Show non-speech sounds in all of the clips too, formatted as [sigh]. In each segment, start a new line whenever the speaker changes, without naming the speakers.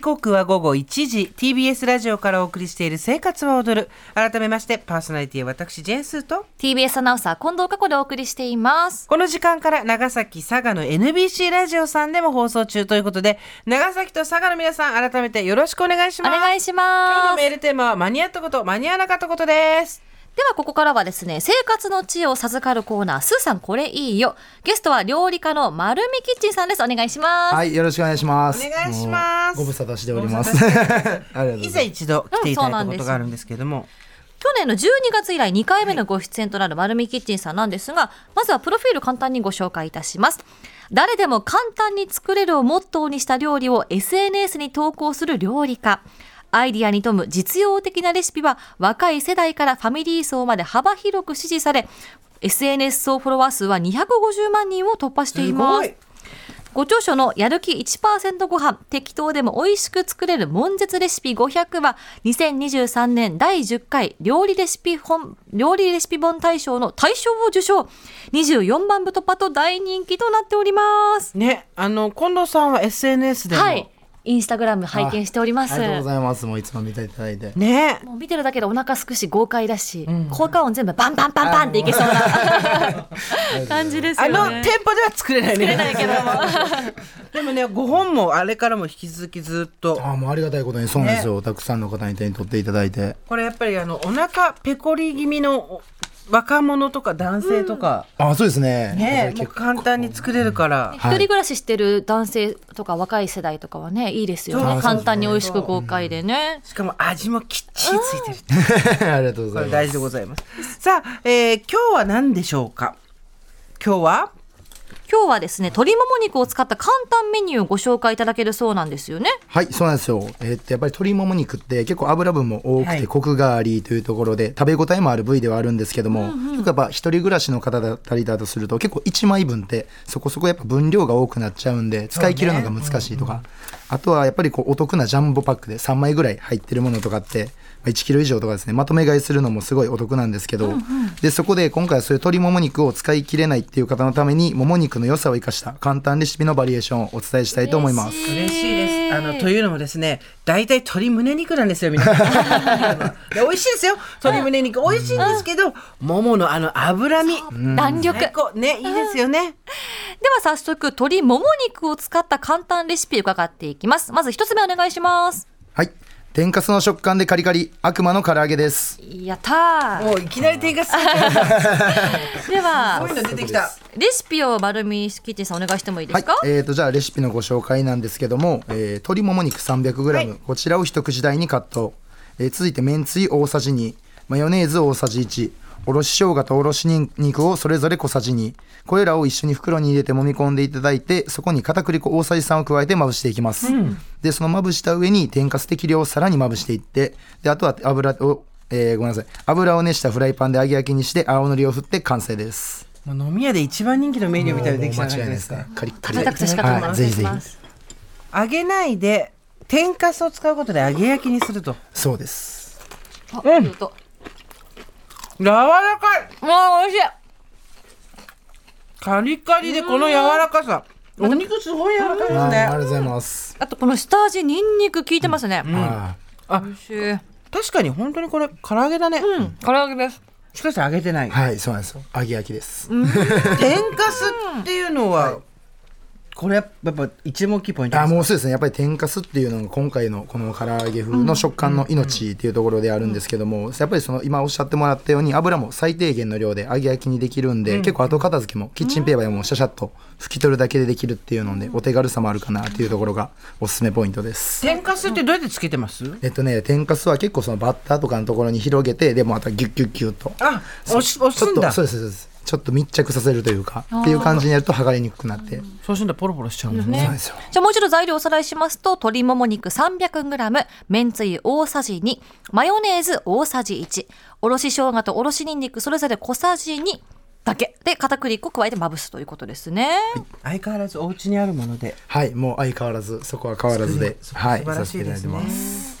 刻は午後1時 TBS ラジオからお送りしている「生活は踊る」改めましてパーソナリティは私ジェーンスーと
TBS アナウンサー近藤佳子でお送りしています。
この時間から長崎佐賀の NBC ラジオさんでも放送中ということで長崎と佐賀の皆さん改めてよろしくお願いし
お
ます
願いし
今日の
ます。
メールテーマは間に合ったこと間に合わなかったことです
ではここからはですね、生活の知恵を授かるコーナー、スーさんこれいいよ。ゲストは料理家の丸見キッチンさんです。お願いします。
はい、よろしくお願いします。
お願いします
もうご無沙汰しております。
ご無
[laughs] ありがとうご
以
ざ
前
い
一度来ていただいたことがあるんですけども、
去年の12月以来2回目のご出演となる丸見キッチンさんなんですが、まずはプロフィール簡単にご紹介いたします。誰でも簡単に作れるをモットーにした料理を SNS に投稿する料理家。アイディアに富む実用的なレシピは若い世代からファミリー層まで幅広く支持され、SNS 総フォロワー数は250万人を突破しています。ご著書のやる気1%ご飯適当でも美味しく作れる悶絶レシピ500は2023年第10回料理レシピ本料理レシピ本大賞の大賞を受賞24万部突破と大人気となっております
ねあの近藤さんは SNS でも、
はいインスタグラム拝見しておりま
ます。あ
す
りがとうございます。もういつも見ていただいて。
ね
もう見てるだけでお腹すくし豪快だし、効果音全部バンバンバンバンっていけそうな [laughs] 感じです
あ
よね
の店舗では作れないね
ないけども
[laughs] でもね5本もあれからも引き続きずっと
ああ、もうありがたいことに、そうなんですよ。たくさんの方に手に取っていただいて。
これやっぱりあのお腹ペコリ気味のお若者とか男性とか、
ああ、そうですね。
ね
や
もう
っぱ
簡単に作れるから、
一人暮らししてる男性とか若い世代とかはねいいですよ
そう
ね
そう
簡単に美味しく豪快でね、
しかも味もきっちりついてるって
り結構 [laughs] ありがとうご
こ
ざ
れ
いま
大事で
す。
ございますさあ、えー今日は何でしょうか今日は
今日はですね鶏もも肉を使った簡単メニューをご紹介いただけるそうなんですよね
はい、そうなんですよ。えーっと、やっぱり鶏もも肉って結構油分も多
は
く
い
てコクがありというところで、食べ応えもある部位ではあるんですけども、結構やっぱ一人暮らしの方だったりだとすると、結構1枚分ってそこそこやっぱ分量が多くなっちゃうんで、使い切るのが難しいとか、あとはやっぱりこうお得なジャンボパックで3枚ぐらい入ってるものとかって、1キロ以上とかですね、まとめ買いするのもすごいお得なんですけど、で、そこで今回はそういう鶏もも肉を使い切れないっていう方のために、もも肉の良さを生かした簡単レシピのバリエーションをお伝えしたいと思います。
嬉しいですあのというのもですね大体鶏胸肉なんですよ皆 [laughs] さんで美味しいですよ鶏胸肉美味しいんですけど、もものあの脂身
弾力で
最高ねいいですよね、
は早速鶏もも肉を使った簡単レシピ伺っていきますまず一つ目お願いします
はい。天かすの食感でカリカリ、悪魔の唐揚げです。
やったー
もういきなり天かすこ
で
うい
は
うの出てきた
レシピを丸見キッチンさんお願いしてもいいですか、
はい、えー、とじゃあレシピのご紹介なんですけども、えー、鶏もも肉 300g、こちらを一口大にカット、えー続いてめんつゆ大さじ2マヨネーズ大さじ1おろし生姜とおろしにんにくをそれぞれ小さじ2これらを一緒に袋に入れて揉み込んでいただいてそこに片栗粉大さじ3を加えてまぶしていきます、でそのまぶした上に天かす適量をさらにまぶしていってであとは油を、えーごめんなさい油を熱したフライパンで揚げ焼きにして青のりを振って完成です
もう飲み屋で一番人気のメニューみたいなのできたんじゃないですか。
カリッカ
食べたくて仕方ない、
はい、ぜひぜひ
ます
揚げないで天かすを使うことで揚げ焼きにすると
そうです
あいい音
柔らかい
もう美味しい
カリカリでこの柔らかさお肉すごい柔らかいで
あ
す
ーありが
ね
とうございます、
あとこの下味にんにく効いてますね、
あ
美味しい
確かに本当にこれ唐揚げだね、
唐揚げです
しかし揚げてない
ーはいそうなんですよ揚げ焼きです、
天かすっていうのは、これやっぱ一目置きポイント
あ
で
ー
す
もうそうですねやっぱり天かすっていうのが今回のこの唐揚げ風の食感の命っていうところであるんですけども、やっぱりその今おっしゃってもらったように油も最低限の量で揚げ焼きにできるんで、結構後片付けもキッチンペーパーでもシャシャッと拭き取るだけでできるっていうので、お手軽さもあるかなっていうところがおすすめポイントです
天かすってどうやってつけてます、
えっとね天かすは結構そのバッターとかのところに広げてでもまたギュッギュッギュッと
あ押し押
ち
す
ょっ
んだ
とそ
そう
ですそうですちょっと密着させるというかっていう感じにやると剥がれにくくなって、
うすんだポロポロしちゃうんですね
そうなんですよ
じゃあもう一度材料をおさらいしますと、鶏もも肉 300g、めんつゆ大さじ2、マヨネーズ大さじ1、おろし生姜とおろしにんにくそれぞれ小さじ2だけで片栗粉を加えてまぶすということですね。
相変わらずお家にあるもので
はいもう相変わらずそこは変わらずで
素
はい
晴らしいですね、
させていただいてます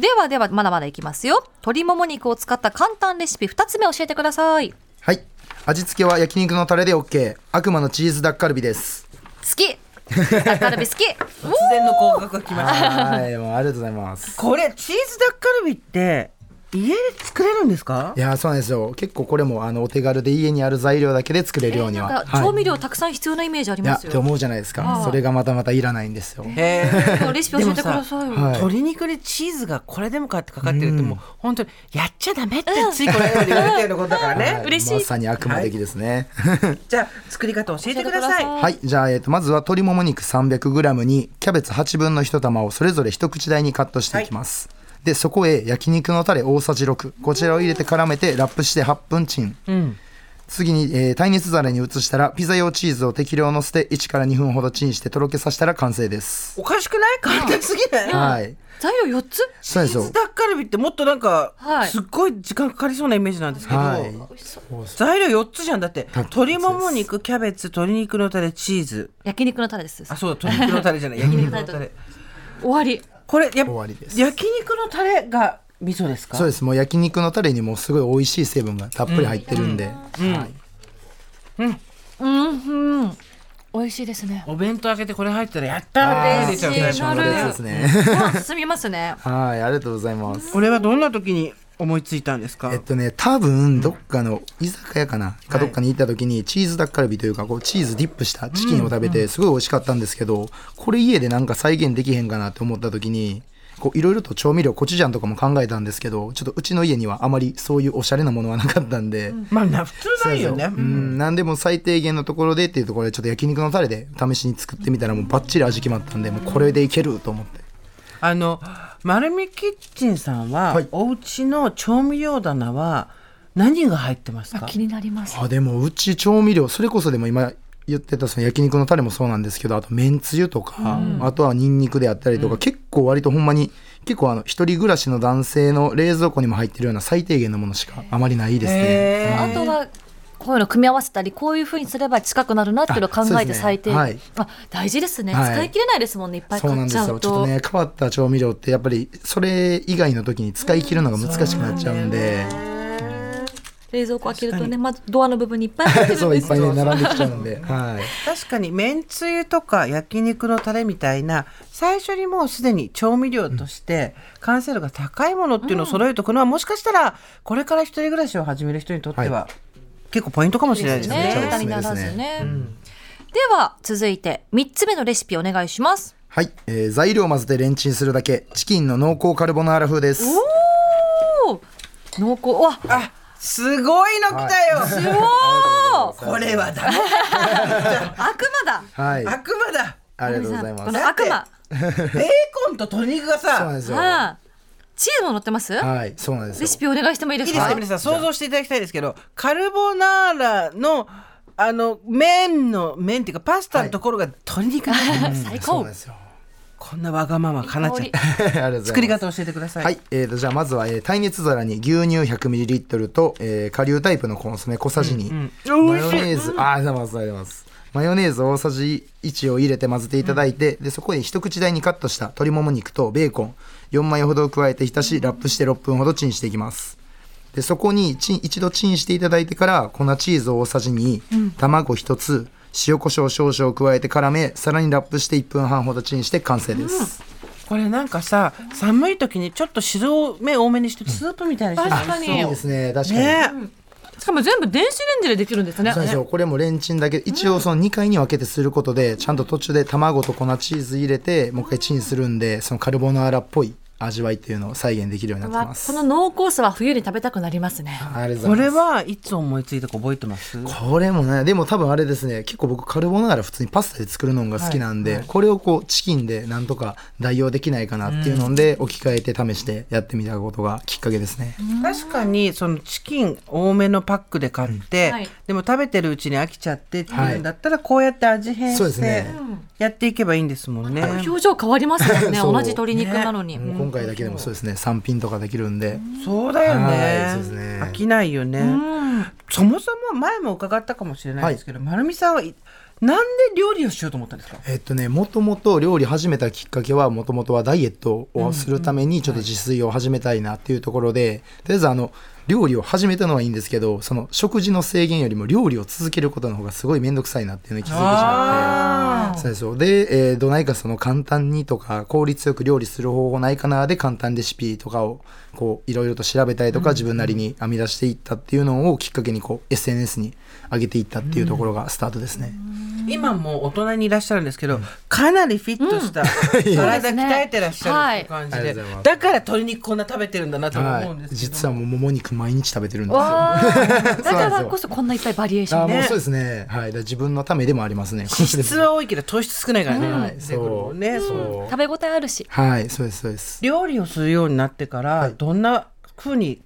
ではではまだまだいきますよ。鶏もも肉を使った簡単レシピ2つ目教えてください。好
はい味付けは焼肉のタレで OK 悪魔のチーズダッカルビです
きカルビ好
[laughs]
き。う
突然の広告が来ました [laughs]
はい、もうありがとうございます。
これチーズダッカルビって家で作れるんですか
いやー、そうなんですよ。結構これもあのお手軽で家にある材料だけで作れるように
な
は。
んか調
はい
味料たくさん必要なイメージあり
いや
ま
っ
す
て
よ。
思うじゃないですか。それがまたまたいらないんですよ。
へー
今日レシピ教えてくださいよ。
はい
鶏肉にチーズがこれでもかってかかってるってもう本当にやっちゃダメってついこの間まで言われたようなことだからね、
は
嬉しい
まさに悪魔的ですね。
じゃあ作り方教えてください
はい、じゃあ、えっとまずは鶏もも肉 300g にキャベツ8分の1玉をそれぞれ一口大にカットしていきます、でそこへ焼肉のタレ大さじ6こちらを入れて絡めてラップして8分チン、次に、えー耐熱皿に移したらピザ用チーズを適量のせて1から2分ほどチンしてとろけさせたら完成です、
おかしくない簡単すぎない、
はい
材料四つ。
そうです
チー
よ
ズダッカルビってもっとなんか、
はい
すっごい時間かかりそうなイメージなんですけど、
はい
材料4つじゃんだって
い
鶏もも肉キャベツ鶏肉のタレチーズ
焼肉のタレです。
あそうだ鶏肉のタレじゃ
[laughs]
ない焼肉のタレ
終わり。
これやっ
終わりです
焼肉のタレが味噌ですか
そうですもう焼肉のタレにもすごい美味しい成分がたっぷり入ってるんで、はい
うん、うん。美味しいですね。
お弁当開けてこれ入ってたらやったーって出ちゃうタイプ
な
これで
る
す。ね
ご飯進みますね。
[laughs] はいありがとうございます
これはどんな時に思いついたんですか、
えっとね、多分どっかの居酒屋かな、かどっかに行った時にチーズダッカルビというかこうチーズディップしたチキンを食べてすごい美味しかったんですけど、これ家でなんか再現できへんかなって思った時にこういろいろと調味料コチュジャンとかも考えたんですけどちょっとうちの家にはあまりそういうおしゃれなものはなかったんで、
まあな普通ないよね
う、ん、なんでも最低限のところでっていうところでちょっと焼肉のタレで試しに作ってみたらもうバッチリ味決まったんでもうこれでいけると思って
あの丸みキッチンさんは、
はい
お家の調味料棚は何が入ってますか
気になります。
あでもうち調味料それこそでも今言ってたその焼肉のタレもそうなんですけどあとめんつゆとか、あとはニンニクであったりとか、結構割とほんまに結構あの一人暮らしの男性の冷蔵庫にも入ってるような最低限のものしかあまりないですね。
へー
あとはこういうの組み合わせたりこういうふうにすれば近くなるなっていうのを考
あそう
えて
ですね
最低限あ、
はい
大事ですね、
はい
使い切れないですもんねいっぱい
そう
買
な
っ
ん
ち
です
ゃ
よ
う
ちょっと
と
ね変わった調味料ってやっぱりそれ以外の時に使い切るのが難しくなっちゃうん [laughs] で、
冷蔵庫開けるとねまずドアの部分にいっぱい入ってるんです
そういっぱい
よ
ね並んできちゃうんで、はい、
確かにめんつゆとか焼肉のタレみたいな最初にもうすでに調味料として完成度が高いものっていうのを揃えておくのは、もしかしたらこれから一人暮らしを始める人にとっては、
は
結構ポイントかもしれない
で
ですす
ね
ね。
ちゃ
無
お
駄
すす
に
め
な
ですね
らずね、では続いて3つ目のレシピお願いします
はい、えー材料を混ぜてレンチンするだけチキンの濃厚カルボナーラ風です。
おー濃厚うわ
あすごいの来たよ、
すご
これはだ
い悪魔だ
はい、あ
悪魔だ
りがとうございます
こ。の悪魔
ベーコンと鶏肉が
そうなん
さ
ですよ。は
はいチーズも乗ってます、
い、そうなんです
レ
よ
シ。ピお願いしてもいいで
いい
す
です
か
か皆さん想像していただきたいですけどカルボナーラのあの麺の麺っていうかパスタのところが鶏肉になってる
最
そう
高
なんですよ。 [laughs]
こんなわがままかなちゃん
香り
ありがとうございます。
作り方教えてください、
はい、えー、とじゃあまずは、えー耐熱皿に牛乳 100ml と、えー、顆粒タイプのコンソメ小さじ2、
うん
マヨネーズ、あーありがとうございますありがとうございますマヨネーズ大さじ1を入れて混ぜていただいて、でそこへ一口大にカットした鶏もも肉とベーコン4枚ほど加えて浸しラップして6分ほどチンしていきますでそこにチン一度チンしていただいてから粉チーズ大さじ2、卵1つ塩コショウ少々加えて絡めさらにラップして1分半ほどチンして完成です、
これなんかさ寒い時にちょっと汁を目多めにしてスープみたいにして
確か
いい
に
ですね確かに、
ね
しかも全部電子レンジでできるんですね
そうなんですよこれもレンチンだけ一応その2回に分けてすることでちゃんと途中で卵と粉チーズ入れてもう一回チンするんでそのカルボナーラっぽい味わいっていうのを再現できるようになって
わ
ます
この濃厚さは冬に食べたくなりますね。
ありがと
こ
うござ
れ
います
はいつ思いついたか覚えてます
これもねでも多分あれですね結構僕カルボナーラ普通にパスタで作るのが好きなんで、これをこうチキンでなんとか代用できないかなっていうので置き換えて試してやってみたことがきっかけですね、
確かにそのチキン多めのパックで買って、
はい
でも食べてるうちに飽きちゃってっていうんだったらこうやって味変
そうで
し
す
て
ね
やっていけばいいんですもんね。
表情変わりますもんね。
[laughs] そう
同じ鶏肉なのに。
もう今回だけでもそうですね3品とかできるんで、
そうだよ
はい
ね
そうですね
飽きないよね。そもそも前も伺ったかもしれないですけど、まるみさんはいなんで料理をしようと思ったんですか
えっとね、もともと料理始めたきっかけはもともとはダイエットをするためにちょっと自炊を始めたいなっていうところで、とりあえずあの料理を始めたのはいいんですけどその食事の制限よりも料理を続けることの方がすごい面倒くさいなっていうのに気づいてしまって。
あ
そうそうで、えーどないかその簡単にとか効率よく料理する方法ないかなで簡単レシピとかをこういろいろと調べたりとか自分なりに編み出していったっていうのをきっかけにこう SNS に上げていったっていうところがスタートですね。
今もう大人にいらっしゃるんですけど、かなりフィット [laughs] した体鍛えてらっしゃるっていう感じ
はいあ
で、
りがとうございます
だから鶏肉こんな食べてるんだなとも
は
思うんです
い、
けど、
実はもうもも肉毎日食べてるんですよ。あ
わーだか
[laughs] そうなんです
ら
よ
こそこんないっぱいバリエーション
ー
ね
もうそうですね。はい、だから自分のためでもありますね。
[laughs] 質は多いけど糖質少ないからね、
はい
出てくるもんねそう
食べ応えあるし
はい、そうですそうです。
料理をするようになってから、どんな風に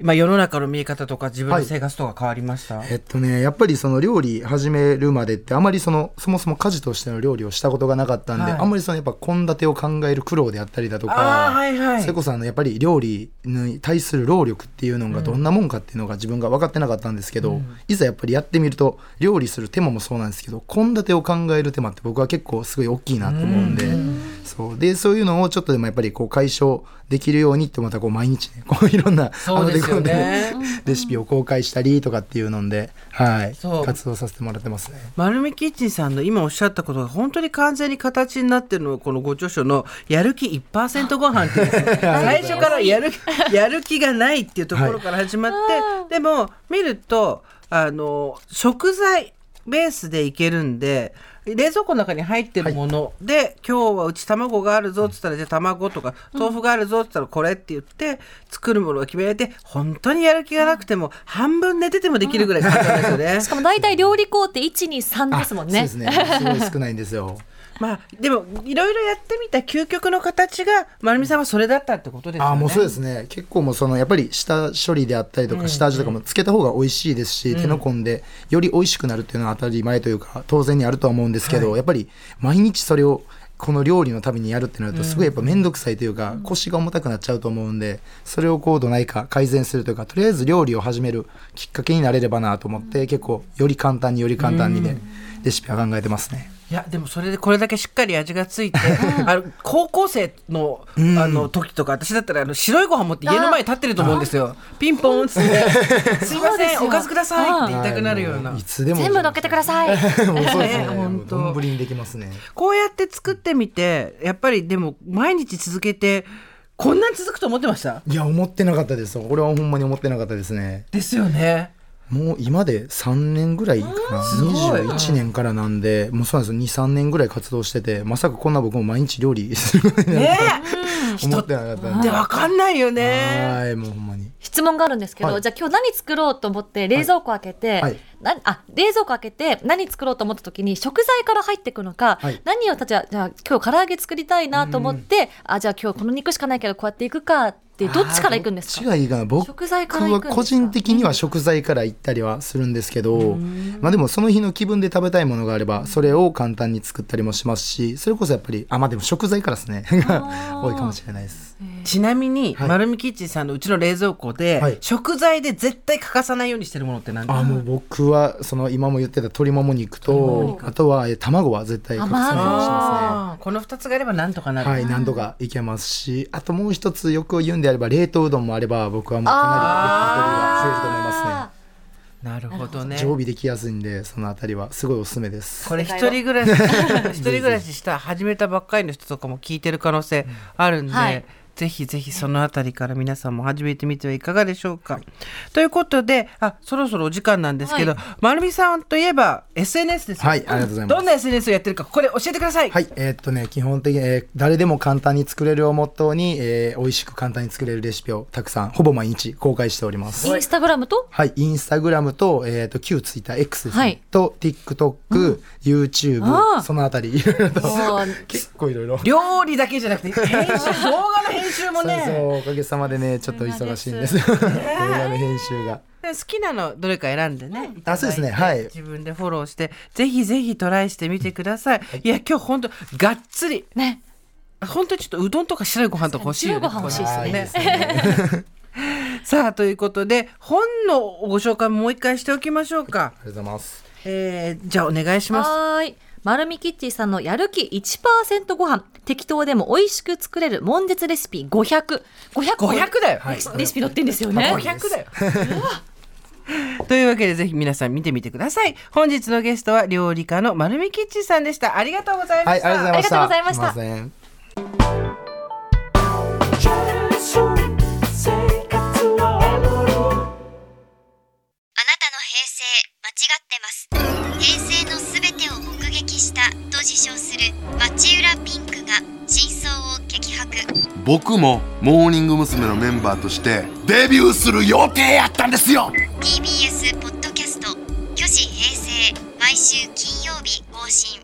まあ世の中の見え方とか自分の生活とか変わりました、
えっとね、やっぱりその料理始めるまでってあまりそのそもそも家事としての料理をしたことがなかったんで、
はい
あんまりそのやっぱ献立を考える苦労であったりだと
あ
か、
ーはいはい
それこそあのやっぱり料理に対する労力っていうのがどんなもんかっていうのが自分が分かってなかったんですけど、いざやっぱりやってみると料理する手間もそうなんですけど献立を考える手間って僕は結構すごい大きいなと思うんで。そうでそういうのをちょっとでもやっぱりこう解消できるようにってまたこう毎日ねこういろんな
そうですよね
あのレシピを公開したりとかっていうので、はい
そう、
活動させてもらってますね。
丸見キッチンさんの今おっしゃったことが本当に完全に形になってるのがこのご著書の「やる気1%ご飯っていう [laughs] 最初からや [laughs] るやる気がないっていうところから始まって、でも見るとあの食材ベースでいけるんで冷蔵庫の中に入ってるもので、今日はうち卵があるぞっつったらじゃあ卵とか豆腐があるぞっつったらこれって言って作るものを決めて本当にやる気がなくても半分寝ててもできるぐらい簡単ですよね。
しかも大体料理工程123ですもんね
あそうですね。すごい少ないんですよ。
まあでもいろいろやってみた究極の形が丸美さんはそれだったってことですよね。
あもうそうですね結構もうそのやっぱり下処理であったりとか下味とかもつけた方が美味しいですし、手の込んでより美味しくなるっていうのは当たり前というか当然にあるとは思うんですけど、やっぱり毎日それをこの料理のためにやるってなるとすごいやっぱ面倒くさいというか、腰が重たくなっちゃうと思うんでそれをこうどないか改善するというかとりあえず料理を始めるきっかけになれればなと思って、結構より簡単により簡単にね、レシピは考えてますね。
いやでもそれでこれだけしっかり味がついて、あの高校生のあの時とか私だったらあの白いご飯持って家の前に立ってると思うんですよ。ピンポンっつって「すいま
そうで
せ
す
んお
よ
かずください」って言いたくなるような。
はいもいつでも
全部乗っけてください
[laughs] もうそうですね
ね [laughs] 本当
もう丼にできますね。
こうやって作ってみてやっぱりでも毎日続けてこんなに続くと思ってました
いや思ってなかったです俺はほんまに思ってなかったですね
ですよね。
もう今で3年ぐらいかな
ごい
21年からなんでもうそうなんですよ23年ぐらい活動しててまさかこんな僕も毎日料理することになる
ね
と思ってなかったん
えで
で
わかんないよね。
はいもうほんまに
質問があるんですけど、
はい
じゃあ今日何作ろうと思って冷蔵庫開けて、
はい
なあ冷蔵庫開けて何作ろうと思った時に食材から入ってくのか、
はい
何をじゃあじゃあ今日唐揚げ作りたいなと思って、あじゃあ今日この肉しかないけどこうやっていくかってどっちからいくんです
違
か
いいかな僕
食材から行くんですか
は個人的には食材から行ったりはするんですけどまあでもその日の気分で食べたいものがあればそれを簡単に作ったりもしますしそれこそやっぱりあまあでも食材からですねが多いかもしれないです
ちなみに、
はい
丸見キッチンさんのうちの冷蔵庫で、
はい
食材で絶対欠かさないようにしてるものって何です
あ
か
もう僕はその今も言ってた鶏もも肉とあとはえ卵は絶対欠かさないようにしま
あーこの2つがあればなんとかな
す
る、
ね。はい、何度かいけますしあともう一つよく言うんであれば冷凍うどんもあれば僕はもうかなりレパートリーが増えると思いますね
なるほどね
常備できやすいんでそのあたりはすごいおすすめです
これ一人暮
[laughs]
らし一人暮らしした始めたばっかりの人とかも聞いてる可能性あるんで、
はい
ぜひぜひそのあたりから皆さんも始めてみてはいかがでしょうか。ということであそろそろお時間なんですけど、丸見さんといえば SNS ですよ
はいありがとうございます
どんな SNS をやってるかここで教えてください。
はい、えーっとね、基本的に、えー誰でも簡単に作れるをモットーに、えー美味しく簡単に作れるレシピをたくさん、ほぼ毎日公開しております。
インスタグラムと
はい、インスタグラムと、えっ、と、旧ツイッター X ですね、
はい
と、TikTok、
あー
YouTube、そのあたり、いろいろと
もう、
結構いろいろ。
料理だけじゃなく
[laughs]
て編集動画の編集も
そう
ね
そう、おかげさまでね、ちょっと忙しいんです。動画の編集が。
好きなのどれか選んでね、いただいて
あそうですねはい
自分でフォローしてぜひぜひトライしてみてください、い、や今日本当がっつり
ね、
本当にちょっとうどんとか白いご飯とか欲しいよね
白いご飯欲しい
こ
ですね
こ
あーいい
ね [laughs]
ですね。
さあということで本のご紹介もう一回しておきましょうか、
ありがとうございます。
えーじゃあお願いします
はーい。丸みキッチンさんのやる気1%ご飯適当でも美味しく作れる悶絶レシピ500。500
500だよ、
レシピ載ってんですよね。
500だよ [laughs] というわけでぜひ皆さん見てみてください本日のゲストは料理家の丸見キッチンさんでしたありがとうございま
は
し
い、
た、
ありがとうございました。
ありがとうございました
すいません。
あなたの平成間違ってます平成のすべてを目撃したと自称する町浦ピンクが真相を激白
僕もモーニング娘。のメンバーとしてデビューする予定やったんですよ
TBS ポッドキャスト「巨子平成」毎週金曜日更新